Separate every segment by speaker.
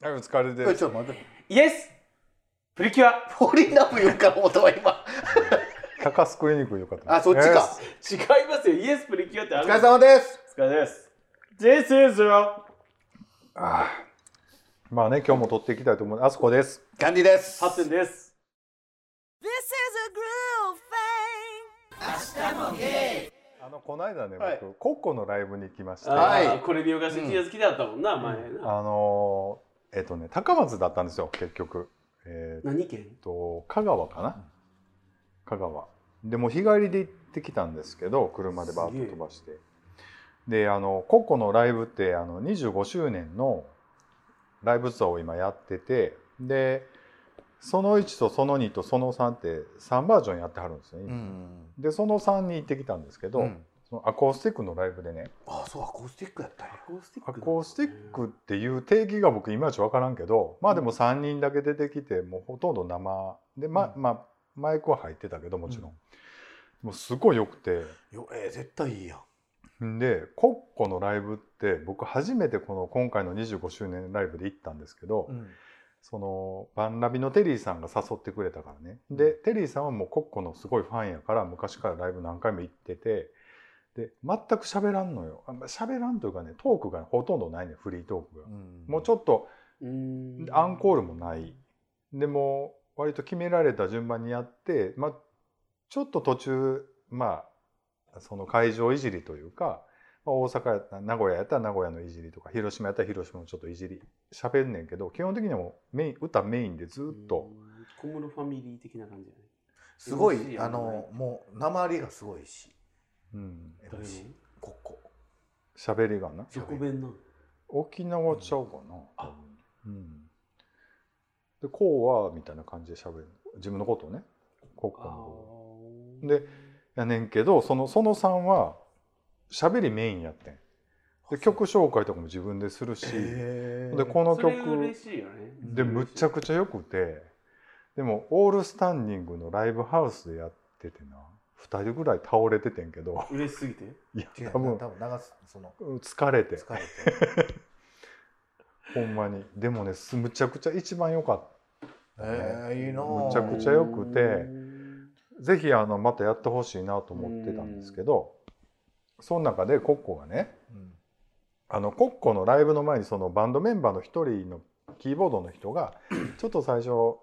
Speaker 1: はい、お疲れで
Speaker 2: え
Speaker 1: す。
Speaker 2: ちょっと待って
Speaker 3: イエスプリキュア
Speaker 2: ポリナブ言うか思ったわ今
Speaker 1: 高須クリニックよかった。
Speaker 2: あそっちか
Speaker 3: 違いますよイエスプリキュアってあ
Speaker 2: お
Speaker 3: る
Speaker 2: 疲れ様です
Speaker 3: お疲れです。This is your
Speaker 1: あーまあね、今日も撮っていきたいと思う。あそこです。
Speaker 2: キャンディです
Speaker 3: ハッテンです。
Speaker 4: This is a groove thing.
Speaker 1: あの、この間ね、
Speaker 2: はい
Speaker 1: 僕、コッコのライブに行きまして、
Speaker 2: は
Speaker 1: あ
Speaker 2: い
Speaker 3: あーこれ見よがして T シャツ着てあったもんな、前な。
Speaker 1: のーえっとね、高松だったんですよ、結局。えーっ
Speaker 3: 何県
Speaker 1: と、香川かな香川。でもう日帰りで行ってきたんですけど、車でバーッと飛ばして。で、あの、コッコのライブって、あの、25周年のライブツアーを今やってて、で、その1とその2とその3って3バージョンやってはるんですよ、
Speaker 2: う
Speaker 1: 今
Speaker 2: ん
Speaker 1: でその3に行ってきたんですけど、
Speaker 2: うん
Speaker 1: そのアコースティックのライブでね
Speaker 2: あそうアコースティックやったんや
Speaker 3: アコースティッ
Speaker 1: ア
Speaker 3: ク。
Speaker 1: コースティックっていう定義が僕いまいち分からんけどまあでも3人だけ出てきてもうほとんど生でま,、
Speaker 2: う
Speaker 1: まあマイクは入ってたけどもちろん、もうすごい良くて
Speaker 2: よえー、絶対いいやん
Speaker 1: んでコッコのライブって僕初めてこの今回の25周年ライブで行ったんですけど、
Speaker 2: うん
Speaker 1: そのバンラビのテリーさんが誘ってくれたからねでテリーさんはもうコッコのすごいファンやから昔からライブ何回も行っててで全く喋らんのよあまあ喋らんというかねトークがほとんどないねフリートークが、もうちょっと
Speaker 3: うーん。
Speaker 1: アンコールもないでもう割と決められた順番にやって、まあ、ちょっと途中まあその会場いじりというか、まあ、大阪やったら名古屋やったら名古屋のいじりとか広島やったら広島のちょっといじり喋んねんけど基本的にはもうメイン歌メインでずっと
Speaker 3: うーん。小室ファミリー的な感じだね。
Speaker 2: すごい、
Speaker 3: MC
Speaker 2: あのもう鉛がすごいし
Speaker 1: うん
Speaker 3: 誰の
Speaker 2: MC ここ
Speaker 1: 喋、りがな
Speaker 3: 横弁なの。
Speaker 1: 沖縄ちゃうかな、
Speaker 3: あ
Speaker 1: うん、でこうはみたいな感じで喋る自分のことをね国家のことを
Speaker 3: あ
Speaker 1: でやねんけどそのその3は喋りメインやってんで曲紹介とかも自分でするし、
Speaker 2: え
Speaker 1: でこ
Speaker 3: あ。
Speaker 1: の
Speaker 3: それ
Speaker 1: 曲
Speaker 3: 嬉しいよね。
Speaker 1: でむちゃくちゃよくてでもオールスタンディングのライブハウスでやっててな2人ぐらい倒れててんけど
Speaker 3: 嬉しすぎて。
Speaker 1: いや
Speaker 2: 違う
Speaker 1: 多分
Speaker 2: 多分流すその
Speaker 1: 疲れて
Speaker 2: 疲れて
Speaker 1: ほんまにでもねすむちゃくちゃ一番良かっ
Speaker 2: えー、いいなぁ
Speaker 1: むちゃくちゃ良くてたぜひあのまたやってほしいなと思ってたんですけどその中でコッコがね
Speaker 2: うん
Speaker 1: あのコッコのライブの前にそのバンドメンバーの一人のキーボードの人がちょっと最初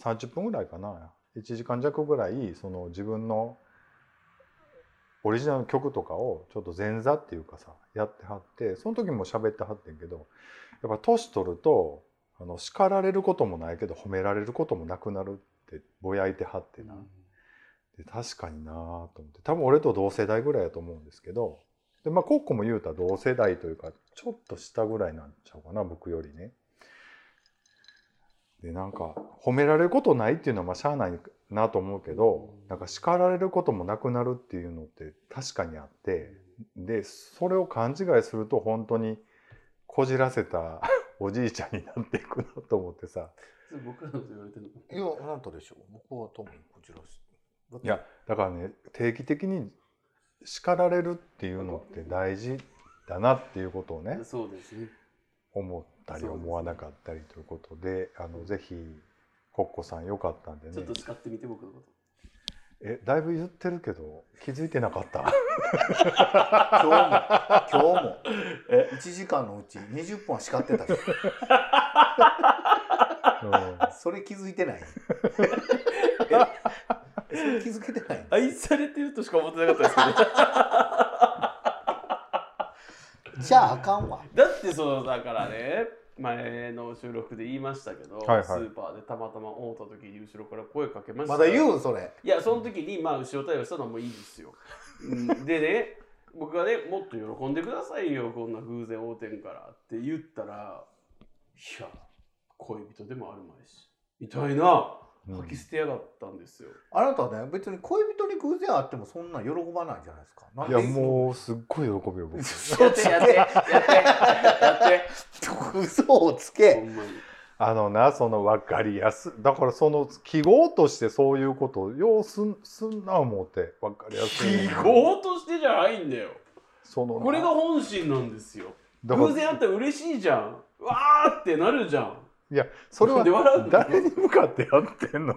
Speaker 1: 30分ぐらいかな1時間弱ぐらいその自分のオリジナルの曲とかをちょっと前座っていうかさやってはってその時も喋ってはってんけどやっぱ年取るとあの叱られることもないけど褒められることもなくなるってぼやいてはってな。で確かになぁと思って多分俺と同世代ぐらいやと思うんですけどでまあコッコも言うたら同世代というかちょっと下ぐらいなんちゃうかな僕よりね。でなんか褒められることないっていうのはまあしゃあないなと思うけどなんか叱られることもなくなるっていうのって確かにあってでそれを勘違いすると本当にこじらせた おじいちゃんになっていくなと思ってさ
Speaker 3: それ僕らのこと言われてるの。
Speaker 2: いや、あなたでしょ。僕は多分こちらです。
Speaker 1: いやだからね定期的に叱られるっていうのって大事だなっていうことをね
Speaker 3: そうですね。
Speaker 1: 思ったり
Speaker 3: そうですね
Speaker 1: 思わなかったりということであのぜひコッコさんよかったんで
Speaker 3: ちょっ
Speaker 1: ね
Speaker 3: と使ってみて僕のこと。
Speaker 1: えだいぶ言ってるけど気づいてなかった
Speaker 2: 今日 も、今日も、1時間のうち20本は叱ってた けど、
Speaker 1: うん
Speaker 2: それ気づい てない。それ気づけてない。
Speaker 3: 愛されてるとしか思ってなかったですけど。
Speaker 2: じゃああかんわ。
Speaker 3: だってそのだからね前の収録で言いましたけど、
Speaker 1: はいはい
Speaker 3: スーパーでたまたま会った時に後ろから声かけました
Speaker 2: まだ
Speaker 3: う
Speaker 2: 言うんそれ。
Speaker 3: いやその時にまあ後ろ対応したのはもういいで すようんでね僕がねもっと喜んでくださいよこんな偶然会うてんからって言ったらいや恋人でもあるまいしみたいな
Speaker 1: うん
Speaker 3: 吐き捨てやがったんですよ、
Speaker 2: あなたはね、別に恋人に偶然会ってもそんな喜ばないじゃないですか。なん
Speaker 1: い
Speaker 2: で
Speaker 1: やもうすっごい喜びよ 僕
Speaker 2: 嘘
Speaker 3: や
Speaker 2: つけ
Speaker 3: ってやってやってやっ
Speaker 2: 嘘をつ
Speaker 3: てほ
Speaker 2: け。
Speaker 3: んまに
Speaker 1: あのなその分かりやすだからその記号としてそういうことをようすんすんな思って分かりやすい
Speaker 3: 記号としてじゃないんだよ
Speaker 1: そのな
Speaker 3: これが本心なんですよ
Speaker 1: だから
Speaker 3: 偶然会ったら嬉しいじゃんわーってなるじゃん
Speaker 1: いやそれ
Speaker 3: な
Speaker 1: は
Speaker 3: んで笑う の
Speaker 1: 誰に向かってやって んの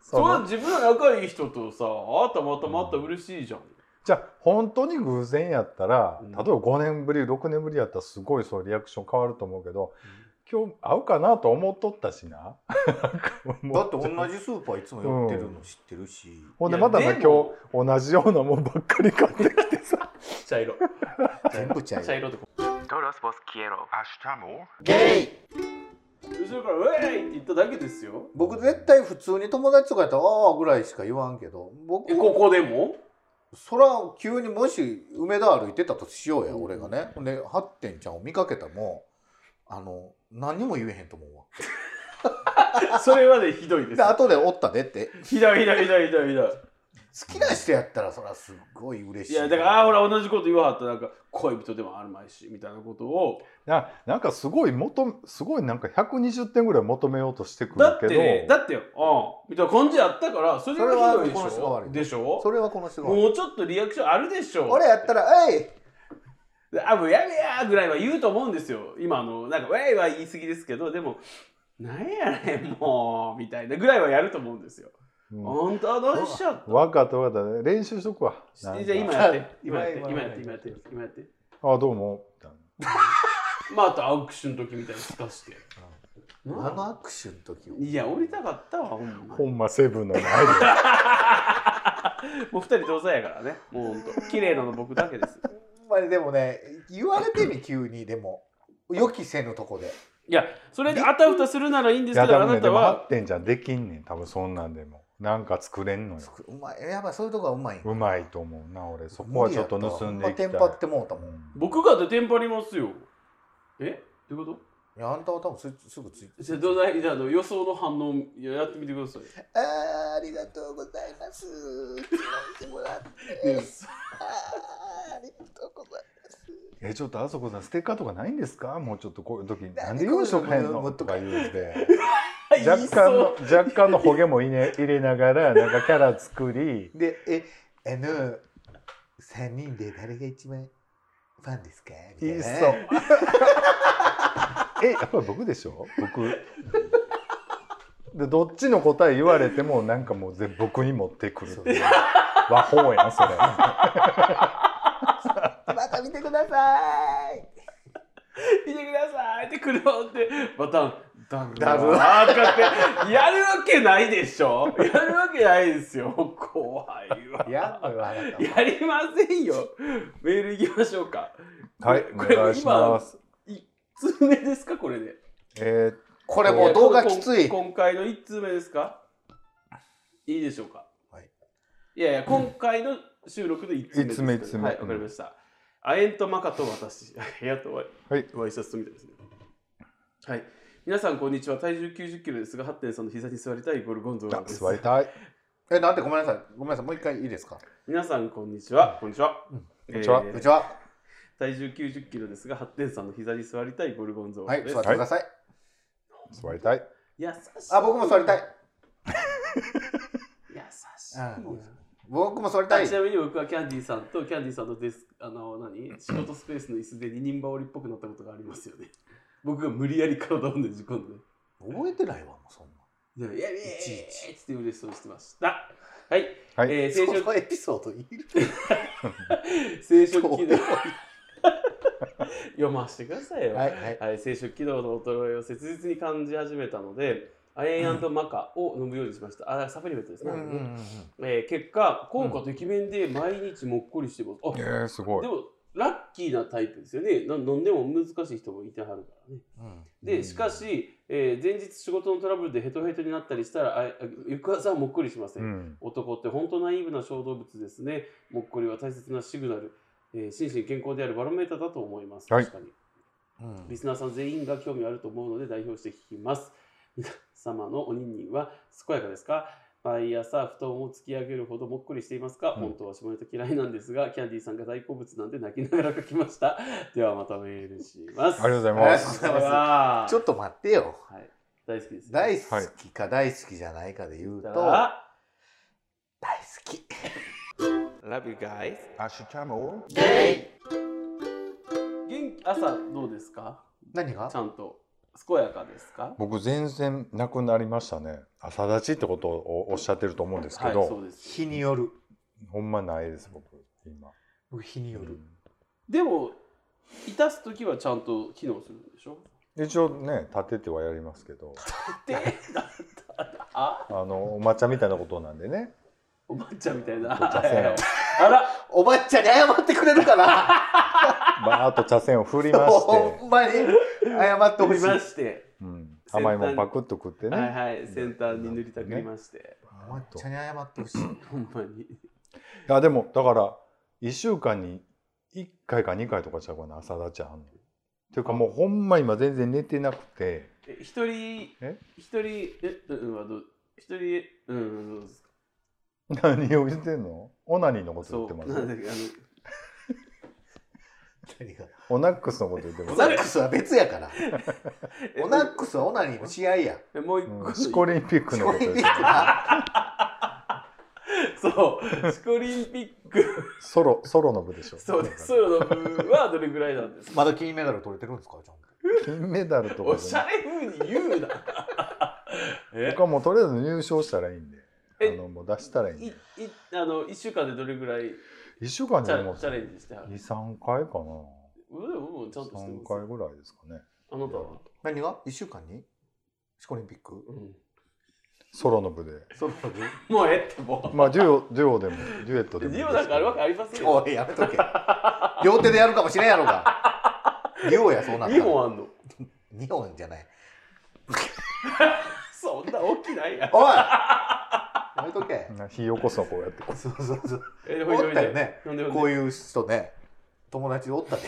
Speaker 3: それ
Speaker 1: の
Speaker 3: は自分の仲いい人とさあたまたまあったら嬉しいじゃん、
Speaker 1: じゃあ本当に偶然やったら
Speaker 3: うん
Speaker 1: 例えば5年ぶり6年ぶりやったらすごいそうリアクション変わると思うけど、今日会うかなと思っとったしな
Speaker 2: だって同じスーパーいつも寄ってるの知ってるし、
Speaker 1: ほんで
Speaker 3: いや
Speaker 1: またな今
Speaker 3: で
Speaker 1: 日
Speaker 3: も
Speaker 1: 同じようなもんばっかり買ってきて さ
Speaker 3: 茶色
Speaker 2: 全部茶
Speaker 3: 茶
Speaker 2: 色
Speaker 3: 色とか
Speaker 5: Todos vos quiero. Hasta mo.
Speaker 2: ゲイ
Speaker 3: 後ろから「ウェーイ!」って言っただけですよ
Speaker 2: 僕絶対普通に友達とかやったら「ああ」ぐらいしか言わんけど僕
Speaker 3: えここでも
Speaker 2: そら急にもし梅田歩いてたとしようや俺がねほんでハッテンちゃんを見かけたもあの何にも言えへんと思うわ
Speaker 3: それはねひどいです
Speaker 2: で後でおったでって
Speaker 3: ひどいひどいひどいひどいひどい
Speaker 2: 好きな人やったらそらすっごい嬉しい
Speaker 3: いやだからあーほら同じこと言わはったなんか恋人でもあるまいしみたいなことを
Speaker 1: ななんかすごい求めすごいなんか120点ぐらい求めようとしてく
Speaker 3: だ
Speaker 1: る
Speaker 3: っ
Speaker 1: けど
Speaker 3: てねだってよ、うん、みたいな感じやったからそれがひどいで
Speaker 2: それはこ
Speaker 3: し
Speaker 2: の人が
Speaker 3: ょ
Speaker 2: 悪い
Speaker 3: でしょ
Speaker 2: それはこの人が
Speaker 3: もうちょっとリアクションあるでしょ
Speaker 2: 俺やったら「えい!」
Speaker 3: あもうやめやーぐらいは言うと思うんですよ今あのなんか「ウェイ!」は言い過ぎですけどでも「なんやねんもう」みたいなぐらいはやると思うんですよ。
Speaker 1: うん
Speaker 3: 本当はどうしよう
Speaker 1: 分かった分かった練習しとくわ
Speaker 3: じゃ
Speaker 1: なん
Speaker 3: あ
Speaker 1: か
Speaker 3: 今やって今
Speaker 2: 今
Speaker 3: やって今
Speaker 2: 今
Speaker 3: やって今やって今やって
Speaker 1: あどうもみたいな
Speaker 3: まああと握手の時みたいにすかして。
Speaker 2: あ
Speaker 3: なあ
Speaker 2: の握手の時を
Speaker 3: いや降りたかったわほんまに
Speaker 1: 本間セブンの前で
Speaker 3: もう二人同罪やからねもうほんと綺麗なの僕だけです
Speaker 2: ほんまにでもね言われてみ急にでも予期せぬとこで
Speaker 3: いやそれであたふたするならいいんで
Speaker 1: い
Speaker 3: す
Speaker 1: や
Speaker 3: け
Speaker 1: で
Speaker 3: どあ
Speaker 1: もね
Speaker 3: な
Speaker 1: で
Speaker 3: た
Speaker 1: も
Speaker 3: は
Speaker 1: 8点じゃできんねん多分そんなんでもなんか作れんのよ
Speaker 2: 作るうまいやっぱそういうとこはうまいん
Speaker 1: うまいと思うな俺そこはちょっと盗んでいきたい
Speaker 2: 無理やったわほんまテンパってもうたもん
Speaker 3: 僕がでテンパりますよえどういうこ
Speaker 2: いやあんたは多分すすぐついて
Speaker 3: とじゃあどうだいじゃああの予想の反応いややってみてください
Speaker 2: あーありがとうございます。
Speaker 3: で
Speaker 1: えちょっとあそこさんステッカーとかないんですかもうちょっとこういう時なんで用意しとかへんのとか言うて
Speaker 3: 言
Speaker 1: 若
Speaker 3: い
Speaker 1: 干の
Speaker 3: そう
Speaker 1: 若干のほげも入れ入れながらなんかキャラ作り
Speaker 2: で、え、あの、三人で誰が一番ファンですかみ
Speaker 1: い
Speaker 2: たい
Speaker 1: い
Speaker 2: な。
Speaker 1: そうえやっぱり 僕でしょ僕でどっちの答え言われてもなんかもう全部僕に持ってくるっていう和法やんそれ
Speaker 2: また見てください。
Speaker 3: 見てくださいって来るのってまたダブ
Speaker 2: ダブ
Speaker 3: あーとかってやるわけないでしょやるわけないですよ怖いわ
Speaker 2: やんのよ、あなたは。
Speaker 3: やりませんよメールいきましょうか
Speaker 1: はい
Speaker 3: こ
Speaker 1: お
Speaker 3: れ
Speaker 1: 願いします
Speaker 3: 1通目ですかこれで
Speaker 1: えー
Speaker 2: これもう動画きつい。
Speaker 3: こん今回の1通目ですかいいでしょうか
Speaker 2: はい
Speaker 3: いやいや今回の収録の1通目です
Speaker 1: 一通目一通目
Speaker 3: はいわかりました、アエントマカと私 ありがとう
Speaker 1: はい
Speaker 3: ワイシャツみたいですね。はい。皆さん、こんにちは。体重90キロですが、ハッテンさんの膝に座りたいゴルゴンゾーラ
Speaker 1: あ
Speaker 3: です。
Speaker 1: 座りたい
Speaker 2: え、なんてごめんなさい。ごめんなさい。もう一回いいですか。
Speaker 3: 皆さん、こんにちは。こんにちは。こん
Speaker 1: にちは
Speaker 2: こんにちは。
Speaker 3: 体重90キロですが、ハッテンさんの膝に座りたいゴルゴンゾー
Speaker 2: は
Speaker 3: ラ
Speaker 2: い、
Speaker 3: です。
Speaker 2: 座ってください。
Speaker 1: 座りたい
Speaker 3: 優しい。
Speaker 2: あ、僕も座りたい。
Speaker 3: 優しい
Speaker 2: あ
Speaker 3: な
Speaker 2: ごめんなさ僕も座りたい
Speaker 3: ち。なみに僕はキャンディーさんとキャンディーさんのデスあの何仕事スペースの椅子で二人羽織っぽくなったことがありますよね。 僕が無理やり体をねじ込んで。
Speaker 2: 覚えてないわ、もうそんな。
Speaker 3: でもやべえ
Speaker 2: いちいち
Speaker 3: っつって嬉しそうにしてました。はい。
Speaker 1: はい
Speaker 3: えー、先週
Speaker 2: そのエピソードいる
Speaker 3: 生殖
Speaker 2: どう
Speaker 3: 機
Speaker 2: で
Speaker 3: 能
Speaker 2: もいい
Speaker 3: 読ませてくださいよ、は
Speaker 2: はいい、はい。
Speaker 3: 生殖機能の衰えを切実に感じ始めたのでアイエンマカを飲むようにしました、あサプリメントです
Speaker 2: う
Speaker 3: ね、
Speaker 2: んうんうんうん。
Speaker 3: えー結果効果てきめんで毎日もっこりしてます、
Speaker 1: え
Speaker 3: あ
Speaker 1: ー、すご
Speaker 3: で
Speaker 1: い
Speaker 3: もラッキーなタイプですよねな飲んでも難しい人もいてはるからねでしかし、えー前日仕事のトラブルでヘトヘトになったりしたらああ翌朝はもっこりしませ、
Speaker 1: うんん
Speaker 3: 男って本当ナイーブな小動物ですね。もっこりは大切なシグナル、えー心身健康であるバロメーターだと思います。
Speaker 1: はい
Speaker 3: 確かに。
Speaker 2: うん
Speaker 3: リスナーさん全員が興味あると思うので代表して聞きます。皆様のおにんにんは健やかですか毎朝布団を突き上げるほどもっこりしていますか、
Speaker 1: うん
Speaker 3: 本当は下ネタ嫌いなんですが、キャンディーさんが大好物なんで泣きながら書きました。ではまたメールします。
Speaker 1: ありがとうござい
Speaker 2: あり
Speaker 1: ま
Speaker 2: がとう
Speaker 1: す
Speaker 2: ございます
Speaker 3: ます
Speaker 2: ちょっと待ってよ。
Speaker 3: はい、大好きです。
Speaker 2: 大
Speaker 3: 好
Speaker 2: 好きか大好きじゃないかで言うと、大好き。
Speaker 3: Love you guys.
Speaker 5: Hasta mo.
Speaker 3: 元気朝どうですか
Speaker 2: 何が
Speaker 3: ちゃんと健やかですか
Speaker 1: 僕全然なくなりましたね朝立ちってことをおっしゃってると思うんですけど、
Speaker 3: はいそうです
Speaker 2: 日による
Speaker 1: ほんまないです僕今、
Speaker 2: 僕日による、
Speaker 3: でもいたす時はちゃんと機能するんでしょ
Speaker 1: 一応ね立ててはやりますけど
Speaker 3: で だだだあ
Speaker 1: あのお抹茶みたいなことなんでね
Speaker 3: おばあちゃんみたいな
Speaker 1: お茶せんを
Speaker 3: あら
Speaker 2: おばっちゃんに謝ってくれるかな
Speaker 1: バーッと茶筅を振りまして、
Speaker 2: ほんまに謝って
Speaker 3: 塗
Speaker 2: ほ
Speaker 3: り
Speaker 2: し
Speaker 3: ま
Speaker 2: い
Speaker 3: して、
Speaker 1: うん、甘いもんパクッと食って ね、
Speaker 3: はいはい先端に塗りたくりまして、
Speaker 2: おばっちゃんに謝ってほしい
Speaker 3: ほんまに
Speaker 1: いやでもだから1週間に1回か2回とかちゃうかな朝立ちあんの。っていうかもうほんま今全然寝てなくて
Speaker 3: え一人
Speaker 1: え
Speaker 3: 一人えうんはどう一人うんどうですか
Speaker 1: 何を言ってんのオナニーのこと言
Speaker 3: そ
Speaker 1: って
Speaker 3: う
Speaker 1: ま
Speaker 3: な
Speaker 1: す
Speaker 3: んだっけあ
Speaker 2: 何が
Speaker 1: オナックスのこと言ってま
Speaker 2: オ
Speaker 1: す
Speaker 2: ナックスは別やから
Speaker 3: の
Speaker 2: オナックスはオナニーの試合や
Speaker 3: えもう一
Speaker 1: う
Speaker 3: 個
Speaker 1: ん、シコリンピックのこと言ってま
Speaker 2: あ
Speaker 3: そうシコリンピック
Speaker 1: すソロソロの部でしょ
Speaker 3: そうですソロの部はどれぐらいなんですか
Speaker 2: まだ金メダル取れてるんですかちゃんと
Speaker 1: 金メダルと
Speaker 3: お
Speaker 1: か
Speaker 3: し
Speaker 1: じ
Speaker 3: ゃ
Speaker 1: ゃ
Speaker 3: れ風に言うな
Speaker 1: ない
Speaker 3: え
Speaker 1: 僕はもうとりあえず入賞したらいいんで
Speaker 3: え
Speaker 1: あのもう出したらいいん
Speaker 3: いい
Speaker 1: で
Speaker 3: あの一週間でどれぐらい
Speaker 1: 1週間
Speaker 3: チ
Speaker 1: でも
Speaker 3: ャ
Speaker 1: う
Speaker 3: チャレンジしてはる
Speaker 1: 23回かな
Speaker 3: うんうんちゃんとして
Speaker 1: 3
Speaker 3: ま
Speaker 1: 回
Speaker 3: す
Speaker 1: ぐらいですかね
Speaker 3: あなたは、
Speaker 2: 何が一週間にシコリンピック
Speaker 3: うん、
Speaker 1: ソロの部で
Speaker 2: その
Speaker 3: もうええっても
Speaker 1: まあデュオデュオでもデュエット
Speaker 3: う
Speaker 1: でもいい
Speaker 3: リ
Speaker 1: ですけど
Speaker 3: オなんかあるわけありませんよ
Speaker 2: おいやめとけ両手でやるかもしれんやろが リオやそうなんだ
Speaker 3: 2本あんの
Speaker 2: 2本じゃない
Speaker 3: そんな大きな いやん
Speaker 2: おいやめとけ
Speaker 1: な火起こすのこうやってこ
Speaker 2: そうそうそう
Speaker 3: えほいで
Speaker 2: おったよね
Speaker 3: ほいでほいで
Speaker 2: こういう人ね友達おったで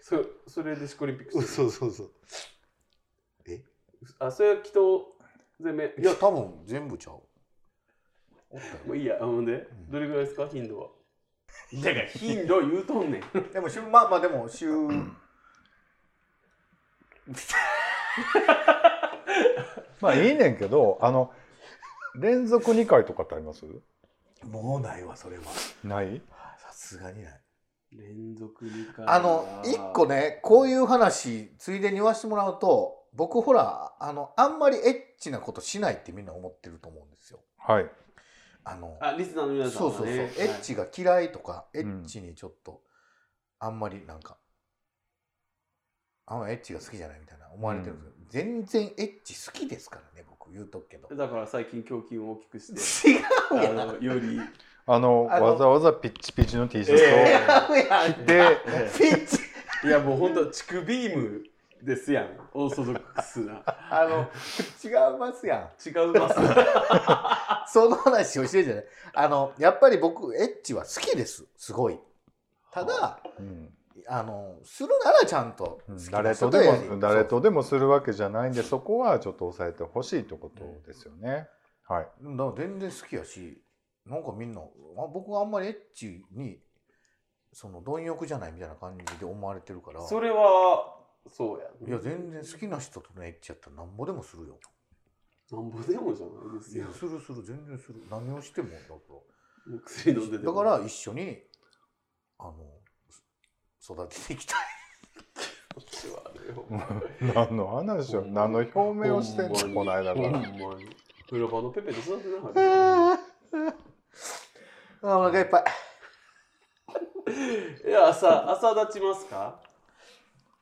Speaker 3: そそれでシコリンピックして
Speaker 2: そうそうそう
Speaker 3: るあそれはきっと全面
Speaker 2: いや多分全部ちゃうおったよ
Speaker 3: もういいやほんで
Speaker 2: ん
Speaker 3: どれぐらいですか頻度はだから頻度言うとん ねん
Speaker 2: でも週まあまあでも週
Speaker 1: まあいいねんけどあの連続2回とかってあります
Speaker 2: もうないわそれは
Speaker 1: ない
Speaker 2: さすがにない
Speaker 3: 連続2回
Speaker 2: あの一個ねこういう話ついでに言わしてもらうと僕ほらあのあんまりエッチなことしないってみんな思ってると思うんですよ。
Speaker 1: はい
Speaker 2: あの
Speaker 3: あリスナーの皆さん
Speaker 2: そう
Speaker 3: は、ね、
Speaker 2: そうそう、エッチ
Speaker 3: が
Speaker 2: が嫌いとかエ
Speaker 1: ん
Speaker 2: ッチにちょっとあんまりなんかあんまエッチが好きじゃないみたいな思われてるんですけど、全然エッチ好きですからね僕言うとくけど。
Speaker 3: だから最近胸筋を大きくして
Speaker 2: 違
Speaker 3: あ
Speaker 2: うやん
Speaker 3: のよ
Speaker 1: あ
Speaker 3: り
Speaker 1: の
Speaker 2: あの
Speaker 1: わざわざピッチピチの T シャツを、
Speaker 3: え
Speaker 2: 違うやん
Speaker 1: で
Speaker 2: ピッチ
Speaker 3: いやもうほんと乳首ビームですやんオーソドックス な
Speaker 2: あ の違いますやん。
Speaker 3: 違うますな
Speaker 2: その話をしてるじゃない。あの、やっぱり僕、エッチは好きです。すごい。ただ、
Speaker 1: うん
Speaker 2: あの、するならちゃんと
Speaker 1: う
Speaker 2: 好
Speaker 1: ん
Speaker 2: き
Speaker 1: 誰
Speaker 2: な
Speaker 1: と
Speaker 2: 人
Speaker 1: で
Speaker 2: やり
Speaker 1: も誰とでもするわけじゃないんでそこはちょっと抑えてほしいってことですよね、はい
Speaker 2: そうだから全然好きやし、なんかみんな、あ僕はあんまりエッチに、その、貪欲じゃないみたいな感じで思われてるから、
Speaker 3: それはそうや
Speaker 2: いや、全然好きな人とのエッチやったらなんぼでもするよ。
Speaker 3: なんぼでもじゃないです
Speaker 2: いや
Speaker 3: よ、
Speaker 2: するする、全然する。何をしても、だから。
Speaker 3: 薬飲んでて
Speaker 2: だ
Speaker 3: も
Speaker 2: から一緒にあの育てていき たい
Speaker 3: こっちはあれよ
Speaker 1: 何の話を
Speaker 3: ほんま
Speaker 1: 何の表明をしてんの
Speaker 3: ほん
Speaker 1: この
Speaker 3: まに
Speaker 1: 間から
Speaker 3: ほんまに裏場のペペで育てなは
Speaker 2: あ
Speaker 3: る
Speaker 2: ーお腹いっぱい
Speaker 3: いや朝朝立ちますか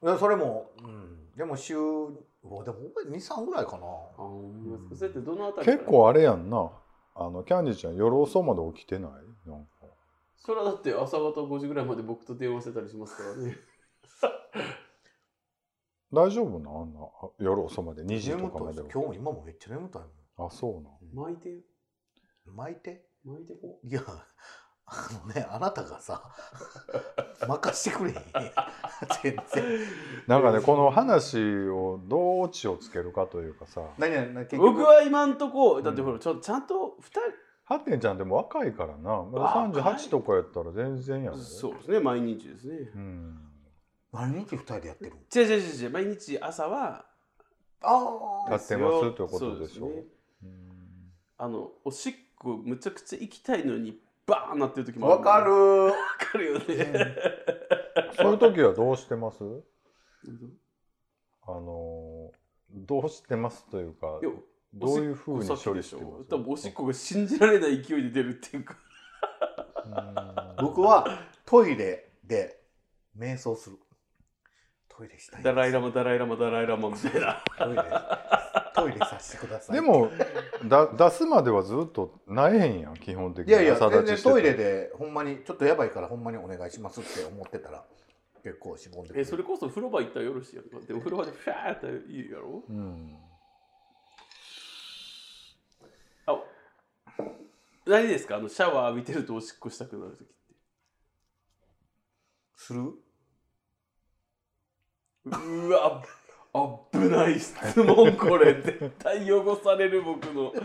Speaker 2: いやそれも、うん、でも週うわでも23ぐらいかな
Speaker 3: あほんまですかそれってどのあたりから
Speaker 1: 結構あれやんなあのキャンディーちゃん夜遅まで起きてないなんか
Speaker 3: それはだって朝方5時ぐらいまで僕と電話してたりしますからね
Speaker 1: 大丈夫なあんなあ夜遅まで2時と
Speaker 2: 眠
Speaker 1: か
Speaker 2: た
Speaker 1: ま
Speaker 2: い
Speaker 1: で
Speaker 2: 今日も今もめっちゃ眠たいも
Speaker 1: あそうなん
Speaker 3: 巻いてよ
Speaker 2: ん巻いて
Speaker 3: 巻いてこ
Speaker 2: いやあのねあなたが さ任してくれへん全然
Speaker 1: なんかねこの話をどうオチをつけるかというかさ
Speaker 2: 何々結
Speaker 3: う
Speaker 2: 局
Speaker 3: 僕は今んとこだって
Speaker 1: うん
Speaker 3: ほらちょちゃんと2人
Speaker 1: ハッテンちゃんでも若いからなまだ
Speaker 3: 若い
Speaker 1: 38とかやったら全然やろ
Speaker 3: そうですね毎日ですね
Speaker 1: うん
Speaker 2: 毎日二人でやってる
Speaker 3: 違う違う違う違う毎日朝は
Speaker 2: あ
Speaker 1: だっ
Speaker 2: あ
Speaker 1: てますということでしょ
Speaker 3: そうね
Speaker 1: うん
Speaker 3: あのおしっこむちゃくちゃ行きたいのにバーンなってる時もあ
Speaker 2: わかるー
Speaker 3: わかるよね
Speaker 1: そういう時はどうしてますあのどうしてますというか
Speaker 3: いや
Speaker 1: どういうふうに
Speaker 3: おしっこ先
Speaker 1: 処理
Speaker 3: で
Speaker 1: して
Speaker 3: ょ
Speaker 1: ます
Speaker 3: 多分おしっこが信じられない勢いで出るっていうか
Speaker 1: うん
Speaker 2: 僕はトイレで瞑想する。トイレしたいです。
Speaker 3: ダライラマダライラマダライラマみたい な
Speaker 2: トイレ、トイレさせてください。
Speaker 1: で、もだ出すまではずっとないへんやん基本的
Speaker 2: い
Speaker 1: に
Speaker 2: やいや、
Speaker 1: 朝
Speaker 2: 全
Speaker 1: 立ちし
Speaker 2: 然
Speaker 1: てた
Speaker 2: トイレで、ほんまに、ちょっとやばいから、ほんまにお願いしますって思ってたら、結構しぼんでく
Speaker 3: えそれこそ風呂場行ったらよろしいやんかでも風呂場でファーって言うやろ
Speaker 1: うん
Speaker 3: あ何ですかあのシャワー浴びてるとおしっこしたくなる時って
Speaker 2: する
Speaker 3: うわあ危ない質問 これ絶対汚される僕のイメ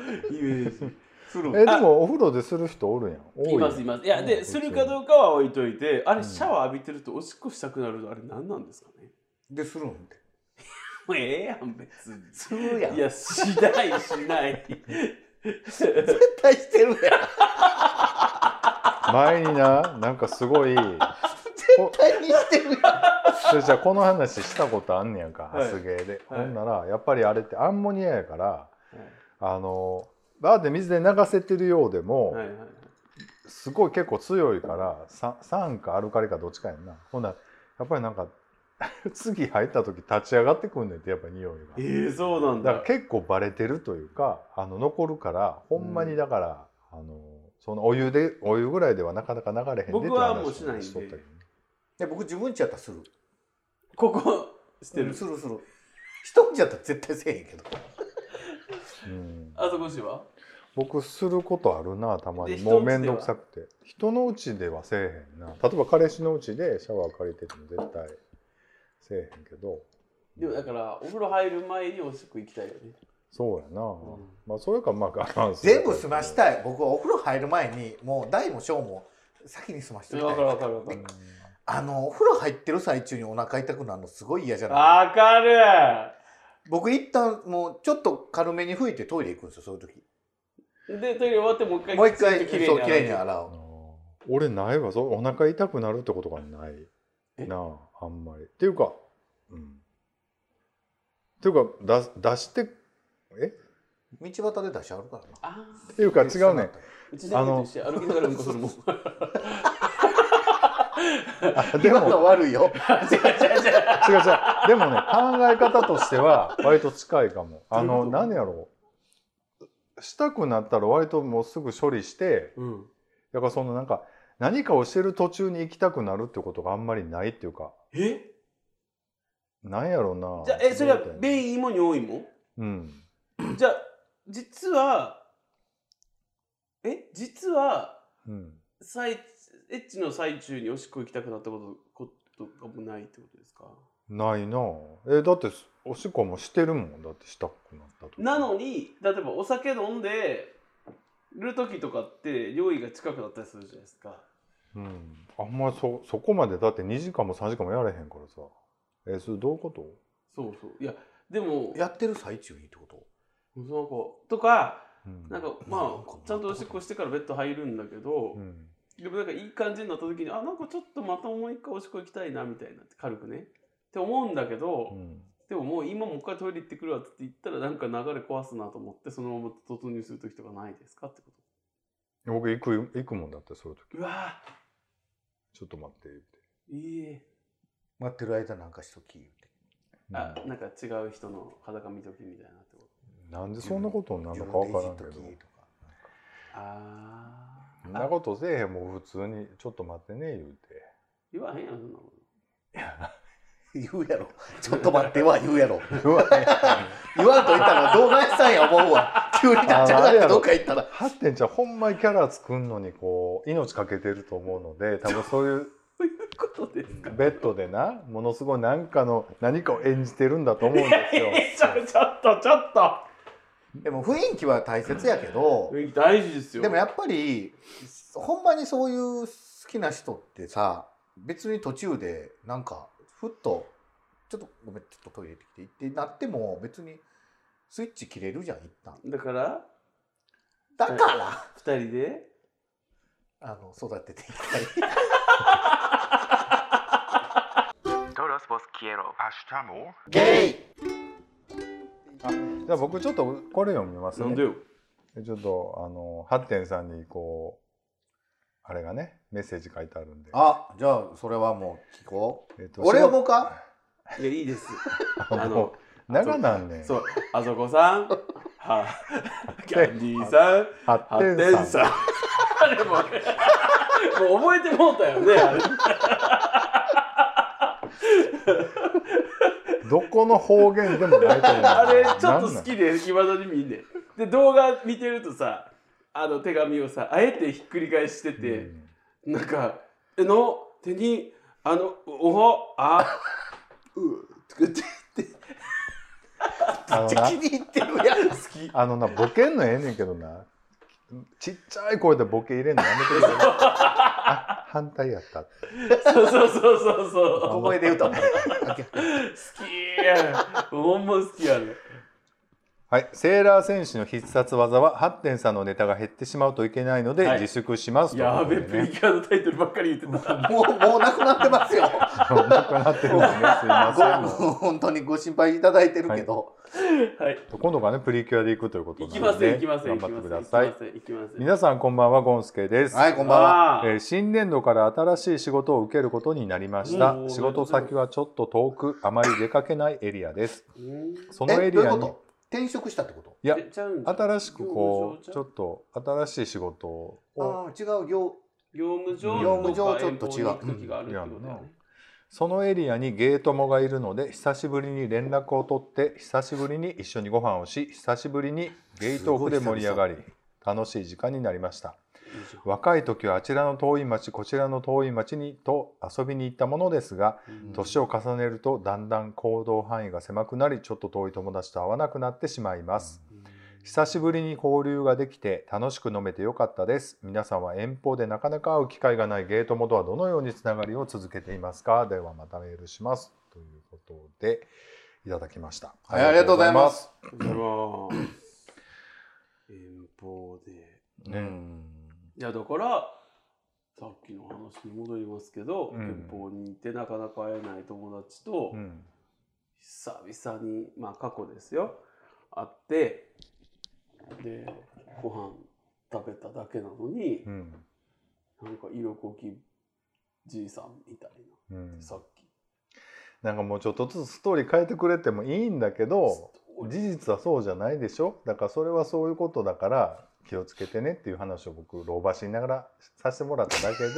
Speaker 3: ージ
Speaker 2: する
Speaker 1: えでもお風呂でする人おるやん多い
Speaker 3: いますいますいや
Speaker 1: う
Speaker 3: で
Speaker 1: ん
Speaker 3: するかどうかは置いといてあ
Speaker 1: う
Speaker 3: れ
Speaker 1: ん
Speaker 3: シャワー浴びてるとおしっこしたくなるのあれ何なんですかね
Speaker 2: で、するんって。
Speaker 3: もうええやん別に
Speaker 2: するやん。
Speaker 3: いやしないし ない
Speaker 2: 絶対してるやん。
Speaker 1: 前にななんかすご いこ
Speaker 2: 絶対にしてるやん。
Speaker 1: それじゃあこの話したことあんねやんか
Speaker 3: はい
Speaker 1: 発芸で、
Speaker 3: はい
Speaker 1: ほんならやっぱりあれってアンモニアやからあのバーで水で流せてるようでも、
Speaker 3: はいはいはい
Speaker 1: すごい結構強いからさ酸かアルカリかどっちかやんなほんならやっぱりなんか 次入った時立ち上がってくんねんってやっぱ匂いが
Speaker 3: えー、そうなん
Speaker 1: だから
Speaker 3: だ
Speaker 1: 結構バレてるというかあの残るからほんまにだから、あのそのお湯でお湯ぐらいではなかなか流れへんで
Speaker 3: 僕はもう
Speaker 1: って話をとったけどね
Speaker 2: で、僕、自分ちやったらする。
Speaker 3: ここして
Speaker 2: う
Speaker 3: る
Speaker 2: んするする。人んちやったら絶対せえへんけど。
Speaker 1: うん、
Speaker 3: あそこしは
Speaker 1: 僕することあるなたまに
Speaker 3: で
Speaker 1: もう
Speaker 3: 人の家
Speaker 1: 面倒くさくて人のうちではせえへんな例えば彼氏のうちでシャワー借りてても絶対せえへんけど
Speaker 3: でもだからお風呂入る前におしっこ行きたいよね
Speaker 1: そうやな、
Speaker 3: ん
Speaker 1: まあそれかまあ我慢する
Speaker 2: 全部済ましたい。僕はお風呂入る前に、もう、大も小も先に済ましておきたい。
Speaker 3: わかるわかるわか
Speaker 1: う
Speaker 3: る
Speaker 1: ん
Speaker 2: あのお風呂入ってる最中にお腹痛くなるのすごい嫌じゃない
Speaker 3: わかる
Speaker 2: 僕一旦もうちょっと軽めに吹いてトイレ行くんですよそういう時
Speaker 3: でトイレ終わってもう一回
Speaker 2: もう一回
Speaker 3: きちんと
Speaker 2: そう綺麗に
Speaker 3: 洗う
Speaker 2: 洗
Speaker 1: あ
Speaker 2: う
Speaker 1: の俺ないわそうお腹痛くなるってことがない
Speaker 3: え
Speaker 1: なああんまりっていうかうんっていうか出す出してえ
Speaker 2: 道端で出しあるからな
Speaker 3: あ
Speaker 1: っていうか違うね ん
Speaker 3: ーうちでもと一緒や歩きながらうんこするもん違う
Speaker 1: あで
Speaker 2: 今
Speaker 1: も
Speaker 2: の悪いよ
Speaker 3: 違う違う
Speaker 1: 違う違うでもね考え方としては割と近いかもあ
Speaker 3: どうい
Speaker 1: の
Speaker 3: うこと
Speaker 1: 何やろうしたくなったら割ともうすぐ処理して
Speaker 3: うん
Speaker 1: だからそのなんか何かをしてる途中に行きたくなるってことがあんまりないっていうか
Speaker 3: え
Speaker 1: なんやろうな
Speaker 3: じゃあえそれは
Speaker 1: どうやったらいい
Speaker 3: 便意も尿意も
Speaker 1: のうん
Speaker 3: じゃあ実はえ実は
Speaker 1: うん
Speaker 3: 最エッチの最中におしっこ行きたくなったことことがもうないってことですか
Speaker 1: ないなあえだっておしっこもしてるもんだってしたくなったと
Speaker 3: なのに例えばお酒飲んでる時とかって尿意が近くなったりするじゃないですか
Speaker 1: うんあんまりそそこまでだって2時間も3時間もやれへんからさえそれどういうこと
Speaker 3: そうそういやでも
Speaker 2: やってる最中にってこと
Speaker 3: なんかとか
Speaker 1: うん
Speaker 3: なんか
Speaker 2: なん
Speaker 3: ま
Speaker 2: か
Speaker 3: あちゃんとおしっこしてからベッド入るんだけど、
Speaker 1: うん
Speaker 3: でもなんかいい感じになった時にあなんかちょっとまたもう一回おしっこ行きたいなみたいな軽くねって思うんだけど、
Speaker 1: うん
Speaker 3: でももう今もう一回トイレ行ってくるわって言ったらなんか流れ壊すなと思ってそのまま突入する時とかないですかってこ
Speaker 1: 僕行く行くもんだってそういう時
Speaker 3: とうわ
Speaker 1: ちょっと待って言って、
Speaker 3: ーいいえ
Speaker 2: 待ってる間なんかしとき言うて
Speaker 3: あ
Speaker 1: うん
Speaker 3: なんか違う人の裸見ときみたいなってこと
Speaker 1: なんでそんなことになるのか分からんけど
Speaker 2: 自分でいじっときとか
Speaker 3: あ
Speaker 1: そん
Speaker 3: あ
Speaker 1: なことせえへんもう普通に「ちょっと待ってね」言うて
Speaker 3: 言わへんやんそんなこ
Speaker 2: 言うやろちょっと待っては言うやろ
Speaker 1: うわ
Speaker 2: 言わんと言ったらどうないしたんや思う わ急に立ち上がってどっか行ったら
Speaker 1: ハッテンちゃんほんまにキャラ作んのにこう命かけてると思うので多分そういう
Speaker 3: とそういう ことですか
Speaker 1: ベッドでなものすごい何かの何かを演じてるんだと思うんです よ。
Speaker 3: えちょちょっとちょっと
Speaker 2: でも雰囲気は大切やけど
Speaker 3: 雰囲気大事ですよ
Speaker 2: でもやっぱりほんまにそういう好きな人ってさ別に途中でなんかふっとちょっとごめんちょっとトイレ行ってきてってなっても別にスイッチ切れるじゃん一旦
Speaker 3: だから
Speaker 2: だから
Speaker 3: 二人で
Speaker 2: あの育てていきたい
Speaker 5: トロ Los vos quiero. Hasta mo.
Speaker 2: ゲイ
Speaker 1: じゃあ僕ちょっとこれ読みます
Speaker 3: なん
Speaker 1: ね
Speaker 3: でよ
Speaker 1: ちょっとあのハッテンさんにこうあれがねメッセージ書いてあるんで、
Speaker 2: あじゃあそれはもう聞こう
Speaker 1: えっと
Speaker 2: 俺思うか
Speaker 3: いやいいです
Speaker 1: あ
Speaker 3: あの
Speaker 1: の 長なんねん
Speaker 3: そうあそこさんはキャンディーさん
Speaker 1: ハッ
Speaker 3: 発
Speaker 1: テン
Speaker 3: 展
Speaker 1: さん
Speaker 3: さんあれももう覚えてもうたよねあれ
Speaker 1: どこの方言でもないと思う
Speaker 3: あれちょっと
Speaker 1: なんな
Speaker 3: 好
Speaker 1: ん
Speaker 3: きでいまだに見んねんで動画見てるとさあの手紙をさあえてひっくり返してて、
Speaker 1: うん
Speaker 3: なんか「の手にあのおほあう」とかって言って
Speaker 1: あの
Speaker 2: めっち
Speaker 1: な
Speaker 2: ゃ気に入ってるやん好き
Speaker 1: あのなボケんのええねんけどなちっちゃい声でボケ入れんのやめてく ださいあ反対やった
Speaker 3: そうそうそうそうそう
Speaker 2: 小声で歌もんね
Speaker 3: 好きやほんま好きやね
Speaker 1: はい、セーラー戦士の必殺技はハッテンさんのネタが減ってしまうといけないので
Speaker 3: はい
Speaker 1: 自粛しますと、
Speaker 3: やべ
Speaker 1: い
Speaker 3: え
Speaker 1: うことで
Speaker 3: プリ
Speaker 1: ね、
Speaker 3: キュアのタイトルばっかり言ってた
Speaker 2: もうもうなくなってますよ
Speaker 1: もうなくなってるんですねすいま
Speaker 2: ご
Speaker 1: せんも
Speaker 2: 本当にご心配いただいてるけど、
Speaker 3: はい。
Speaker 1: う今度がねプリキュアで行くということ
Speaker 3: 行
Speaker 1: な
Speaker 3: きま
Speaker 1: の
Speaker 3: せん、
Speaker 1: で
Speaker 3: 行きません、
Speaker 1: 頑張
Speaker 3: 行き
Speaker 1: って
Speaker 3: ま
Speaker 1: くだ
Speaker 3: せん。行き
Speaker 1: さ
Speaker 3: ま
Speaker 1: い
Speaker 3: せん、行きません。
Speaker 1: 皆さんこんばんはゴンスケです、
Speaker 2: はいこんばんは
Speaker 3: あ
Speaker 1: え
Speaker 3: ー
Speaker 1: ー新年度から新しい仕事を受けることになりました
Speaker 3: おー
Speaker 1: 仕事先はちょっと遠くあまり出かけないエリアです
Speaker 3: うん
Speaker 1: そ
Speaker 2: え
Speaker 1: のエリ
Speaker 2: どういう
Speaker 1: ア
Speaker 2: こ
Speaker 1: に
Speaker 2: と転職したってこと
Speaker 1: いや
Speaker 3: 出ちゃうんじゃん
Speaker 1: 新しくこう
Speaker 3: 業務上
Speaker 1: ちょっと新しい仕事を
Speaker 2: ああ違う業
Speaker 3: 業務上
Speaker 1: 業務
Speaker 2: 上ちょっと違う
Speaker 3: 遠方に行く時があるってことだよね
Speaker 1: そのエリアにゲートモがいるので久しぶりに連絡を取って久しぶりに一緒にご飯をし久しぶりにゲートオフで盛り上がり楽しい時間になりました
Speaker 3: いいじゃん
Speaker 1: 若い時はあちらの遠い町こちらの遠い町にと遊びに行ったものですが
Speaker 3: うん
Speaker 1: 年を重ねるとだんだん行動範囲が狭くなりちょっと遠い友達と会わなくなってしまいます久しぶりに交流ができて楽しく飲めてよかったです皆さんは遠方でなかなか会う機会がないゲートモとはどのようにつながりを続けていますかではまたメールしますということでいただきました
Speaker 2: はいありがとうございます
Speaker 3: ありがとうございます遠方で。
Speaker 1: ね
Speaker 3: いやだからさっきの話に戻りますけど、
Speaker 1: うん
Speaker 3: 遠方に行ってなかなか会えない友達と、
Speaker 1: うん
Speaker 3: 久々にまあ過去ですよ会ってでご飯食べただけなのに
Speaker 1: う、ん
Speaker 3: なんか色こきじいさんみたい
Speaker 1: うん
Speaker 3: なさっき
Speaker 1: なんかもうちょっとずつストーリー変えてくれてもいいんだけど事実はそうじゃないでしょだからそれはそういうことだから気をつけてねっていう話を僕老婆しながらさせてもらっただ けで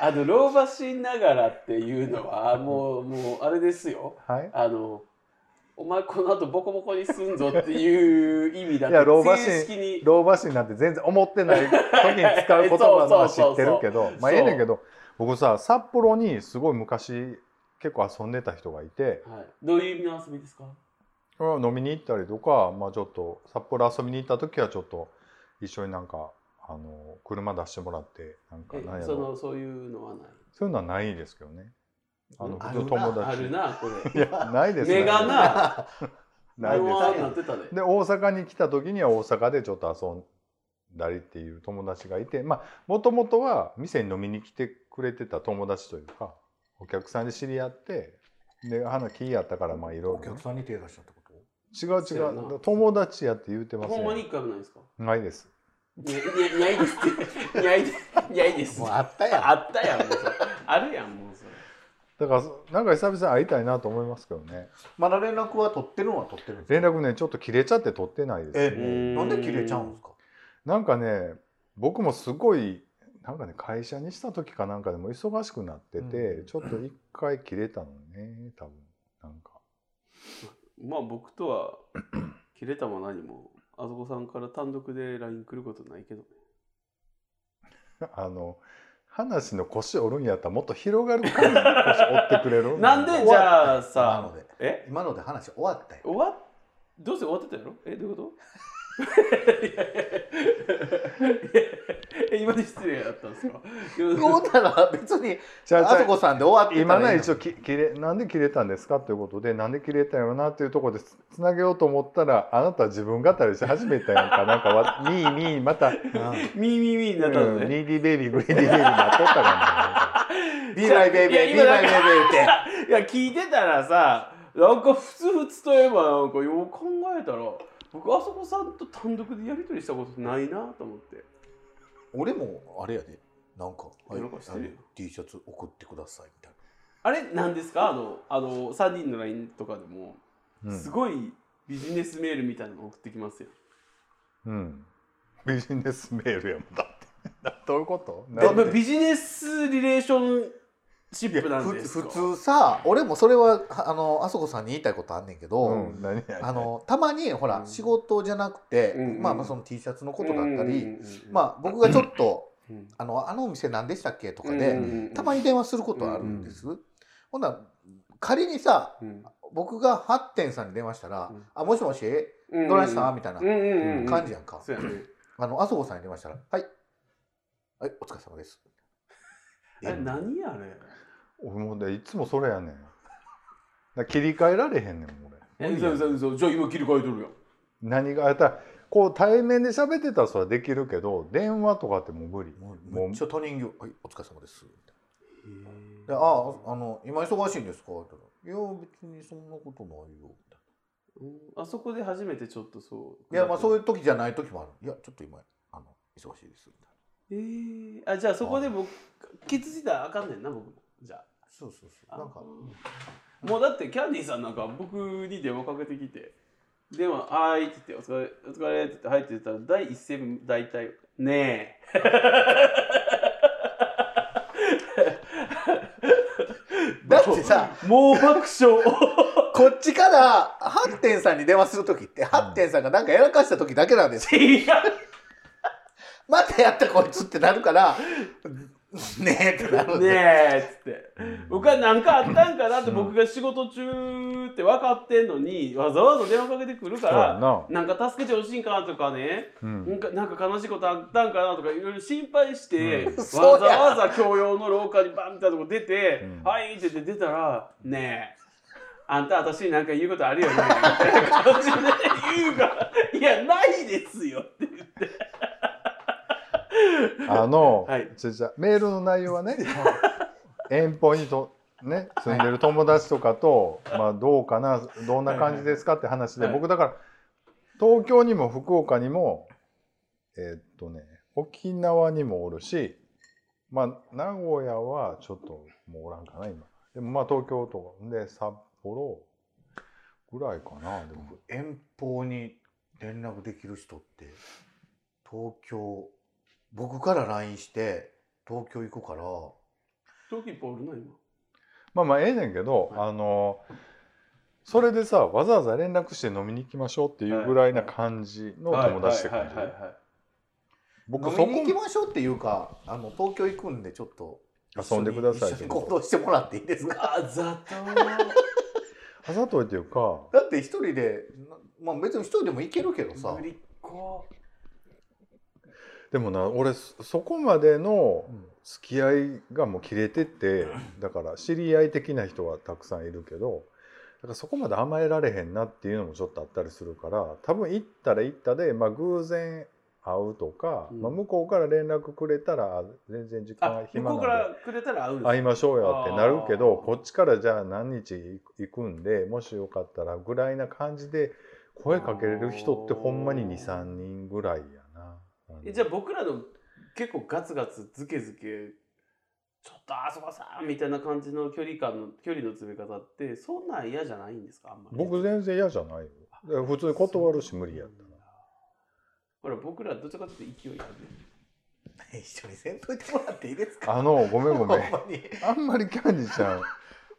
Speaker 3: あの老婆しながらっていうのはもうもうあれですよ
Speaker 1: はい
Speaker 3: あのお前この後ボコボコにすんぞっていう意味だ
Speaker 1: いや老
Speaker 3: と
Speaker 1: 婆し
Speaker 3: 正式に
Speaker 1: 老婆心なんて全然思ってない時に使う言葉のは知ってるけどまあええねんけど僕さ札幌にすごい昔結構遊んでた人がいて
Speaker 3: はい、どういう意味の遊びですか
Speaker 1: 飲みに行ったりとか、まあ、ちょっと札幌遊びに行った時はちょっと一緒になんかあの車出してもらってなんか
Speaker 3: え
Speaker 1: なんや
Speaker 3: そ
Speaker 1: ろ
Speaker 3: のそういうのはない
Speaker 1: そういうのはないですけどねあの
Speaker 3: うん
Speaker 2: あ
Speaker 1: 普
Speaker 2: る
Speaker 1: 通
Speaker 2: な
Speaker 1: 友
Speaker 3: あ
Speaker 1: 達
Speaker 3: るなこ
Speaker 1: い
Speaker 3: れ
Speaker 1: やないです
Speaker 3: 目がな
Speaker 1: ないです
Speaker 3: うわーなってたで
Speaker 1: で大阪に来た時には大阪でちょっと遊んだりっていう友達がいてまあもともとは店に飲みに来てくれてた友達というかお客さんで知り合ってで花気やったからまあいろい
Speaker 2: お
Speaker 1: ろ
Speaker 2: 客さんに手出したってこと
Speaker 1: 違う
Speaker 3: そうや
Speaker 1: 違
Speaker 3: な
Speaker 1: う友達やって言うてます
Speaker 3: ほんまに
Speaker 1: ね
Speaker 3: 一回もないですか
Speaker 1: ないです
Speaker 3: にゃにゃにゃいですってにゃいですにゃいです
Speaker 2: もう
Speaker 3: あ
Speaker 2: あったやん
Speaker 3: ったやんもうそれあるやんもうそれ
Speaker 1: だからなんか久々に会いたいなと思いますけどね
Speaker 2: まだ連絡は取ってるのは取ってるんですか
Speaker 1: 連絡ねちょっと切れちゃって取ってないです
Speaker 2: え、
Speaker 3: うん
Speaker 2: なんで切れちゃうんですか
Speaker 1: なんかね僕もすごいなんかね会社にした時かなんかでも忙しくなってて、
Speaker 2: うん
Speaker 1: ちょっと一回切れたのね多分なんか
Speaker 3: まあ僕とは切れたも何もあそこさんから単独で LINE 来ることないけど
Speaker 1: あの話の腰折るんやったらもっと広がる感じの腰折ってくれる
Speaker 3: なんでじゃあさ
Speaker 2: 今ので
Speaker 3: え
Speaker 2: 今ので話終わったよ
Speaker 3: 終わっどうせ終わってたやろえどういうことえ今で失礼やったんですか今の
Speaker 2: そうなら別に
Speaker 1: じゃあ
Speaker 2: あ
Speaker 1: じ
Speaker 2: そ
Speaker 1: ゃあ
Speaker 2: こさんで終わって
Speaker 1: 今
Speaker 2: た
Speaker 1: の
Speaker 2: ら
Speaker 1: はい
Speaker 2: い
Speaker 1: 一応き切れなんで切れたんですかということでなんで切れたんやろなっていうところでつつなげようと思ったらあなたは自分語りし始めたやんかなんかわ ミーミーまた、うん、
Speaker 3: ミーミーミーに
Speaker 1: ニ
Speaker 3: なったのね、
Speaker 1: ーディーベイビーグリーディーベイビーになっとったからね
Speaker 2: ビーライベイベービーライベイベーって
Speaker 3: いや聞いてたらさなんかふつふつといえばなんかよう考えたら僕あそこさんと単独でやり取りしたことないなと思って
Speaker 2: 俺もあれやでなんか「はい
Speaker 3: なんかしてるよ
Speaker 2: あの T シャツ送ってください」みたい
Speaker 3: あれ何ですかあのあの3人の LINE とかでも
Speaker 1: うん
Speaker 3: すごいビジネスメールみたいなの送ってきますよ
Speaker 1: うん、ビジネスメールやもんだって どういうこと
Speaker 3: で
Speaker 1: なんで
Speaker 3: ビジネスリレーションシップ
Speaker 2: な
Speaker 3: なん
Speaker 2: ふ
Speaker 3: ですか
Speaker 2: 普通さ俺もそれはあのあそこさんに言いたいことあんねんけど、
Speaker 1: うん、何々
Speaker 2: あのたまにほら、
Speaker 3: うん
Speaker 2: 仕事じゃなくて、
Speaker 3: うんうん
Speaker 2: まあ、まあその T シャツのことだったり、
Speaker 3: うんうんうんうん
Speaker 2: まあ、僕がちょっと
Speaker 3: うん
Speaker 2: 「あのあのお店何でしたっけ?」とか
Speaker 3: うん
Speaker 2: で、
Speaker 3: うんうん
Speaker 2: たまに電話することあるんです。ほんなら仮にさ
Speaker 3: うん
Speaker 2: 僕がハッテンさんに電話したら「
Speaker 3: うん
Speaker 2: あもしもし
Speaker 3: うんうん
Speaker 2: どないした?」みたいな
Speaker 3: うんうんうん
Speaker 2: 感じやんか、
Speaker 3: そうやね
Speaker 2: あのあそこさんに電話したら「はいはいお疲れ様です」
Speaker 3: え何あ
Speaker 1: 俺もねいつもそれやねんだから切り替えられへんねん俺
Speaker 3: れえそうそうそうじゃあ今切り替えとるやん
Speaker 1: 何がやったらこう対面で喋ってたらそれはできるけど電話とかってもう無理
Speaker 2: もう
Speaker 1: もう
Speaker 2: めっちゃ他人形「はいお疲れ様です」みたいな
Speaker 3: へ
Speaker 2: であああの今忙しいんですか?」って言ったら「いや別にそんなことないよ」みたいな。
Speaker 3: ーあそこで初めてちょっとそう
Speaker 2: い
Speaker 3: い
Speaker 2: やまあそういうう時じゃない時もある。いやちょっと今あの忙しいですみたいな。
Speaker 3: えー、あじゃあそこで僕気づいたらあかんねんな僕もじゃあ
Speaker 2: そうそうそ
Speaker 3: あ
Speaker 2: う。なんか
Speaker 3: もうだってキャンディーさんなんか僕に電話かけてきて電話「はーい」って言って「お疲れお疲れ」って言って「はい」って言ったら第一声目大体「ねえ」
Speaker 2: だってさ
Speaker 3: もうもう爆笑
Speaker 2: こっちからハッテンさんに電話する時って、ハッテンさんがなんかやらかした時だけなんです。
Speaker 3: いや
Speaker 2: またやったこいつってなるからねえ ってなるんで。
Speaker 3: ねえっつって僕は何かあったんかなって僕が仕事中って分かってんのにわざわざ電話かけてくるか
Speaker 1: そうや
Speaker 3: ら
Speaker 1: な、
Speaker 3: なんか助けてほしいんかなとかね
Speaker 1: う
Speaker 3: なん
Speaker 1: ん、
Speaker 3: かなんか悲しいことあったんかなとかいろいろ心配して、
Speaker 1: うん
Speaker 3: わざ
Speaker 2: そうや
Speaker 3: わざ教養の廊下にバンみたいなとこ出て
Speaker 1: うん
Speaker 3: 「はい」って言って出たら「ねえあんた私に何か言うことあるよね」みたいな感じで言うから「いやないですよ」って言って
Speaker 1: あの、
Speaker 3: はい
Speaker 1: ちょちょメールの内容はね 遠方にと、ね、住んでる友達とかと、まあ、どうかなどんな感じですかって話で、
Speaker 3: はい
Speaker 1: 僕だから東京にも福岡にもえーっとね沖縄にもおるし、まあ、名古屋はちょっともうおらんかな今でもまあ東京とかで札幌ぐらいかなでも
Speaker 2: 遠方に連絡できる人って東京僕から LINE して東京行くから
Speaker 3: トキポールな今
Speaker 1: まあまあええねんけど、
Speaker 3: は
Speaker 1: あのそれでさわざわざ連絡して飲みに行きましょうっていうぐらいな感じの友達って感じ
Speaker 3: はいはいはいはい
Speaker 1: 僕そこ
Speaker 2: 飲みに行きましょうっていうかあの東京行くんでちょっと
Speaker 1: 遊んでください
Speaker 2: 一緒に行動してもらっていいですか
Speaker 3: あざと
Speaker 1: あざといっていうか
Speaker 2: だって一人でなまあ別に一人でも行けるけどさ
Speaker 3: ぶ、りっ子
Speaker 1: でもな俺そそこまでの
Speaker 2: うん
Speaker 1: 付き合いがもう切れててだから知り合い的な人はたくさんいるけどだからそこまで甘えられへんなっていうのもちょっとあったりするから多分行ったら行ったで、まあ、偶然会うとか、
Speaker 3: うん
Speaker 1: まあ、向こうから連絡くれたらあ全然時
Speaker 3: あ
Speaker 1: 間
Speaker 3: 向
Speaker 1: 暇な
Speaker 3: こ
Speaker 1: ん
Speaker 3: う
Speaker 1: で
Speaker 3: からくれたら会うんです
Speaker 1: 会いましょうよってなるけど
Speaker 3: あー
Speaker 1: こっちからじゃあ何日行くんでもしよかったらぐらいな感じで声かけれる人ってほんまに23人ぐらいやな。
Speaker 3: えじゃあ僕らの結構ガツガツズケズケちょっとあそこさんみたいな感じの距離感の距離の詰め方ってそんなん嫌じゃないんですかあんまり
Speaker 1: 僕全然嫌じゃないよだから普通に断るし無理やったら
Speaker 3: ほら僕らどっちかっていうと勢いある
Speaker 2: 一緒にせんといてもらっていいですか
Speaker 1: あのごめんごめん
Speaker 2: ほんまに
Speaker 1: あんまりキャンディちゃん あん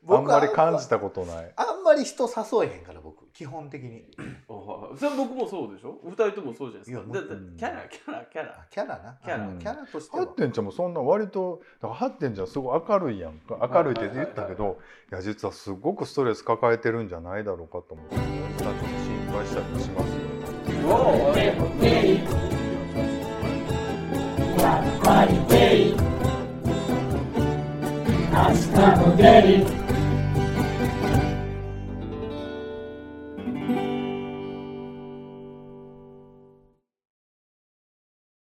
Speaker 2: 僕
Speaker 1: まり感じたことない
Speaker 2: あんまり人誘えへんから僕基本的に
Speaker 3: あはいそれ僕もそうでしょお二人ともそうじゃないです
Speaker 2: い
Speaker 3: か
Speaker 2: や
Speaker 3: だって
Speaker 1: うん
Speaker 3: キャラキャラキャラ
Speaker 2: あキャラな
Speaker 3: キャラ
Speaker 2: うんキャラとして
Speaker 1: ハッ
Speaker 2: は
Speaker 1: テンちゃんもそんな割とだからハッテンちゃんすごい明るいやんか明るいって言ったけどいや実はすごくストレス抱えてるんじゃないだろうかと思ってちょっと心配したりもしますよ
Speaker 6: Hasta luego.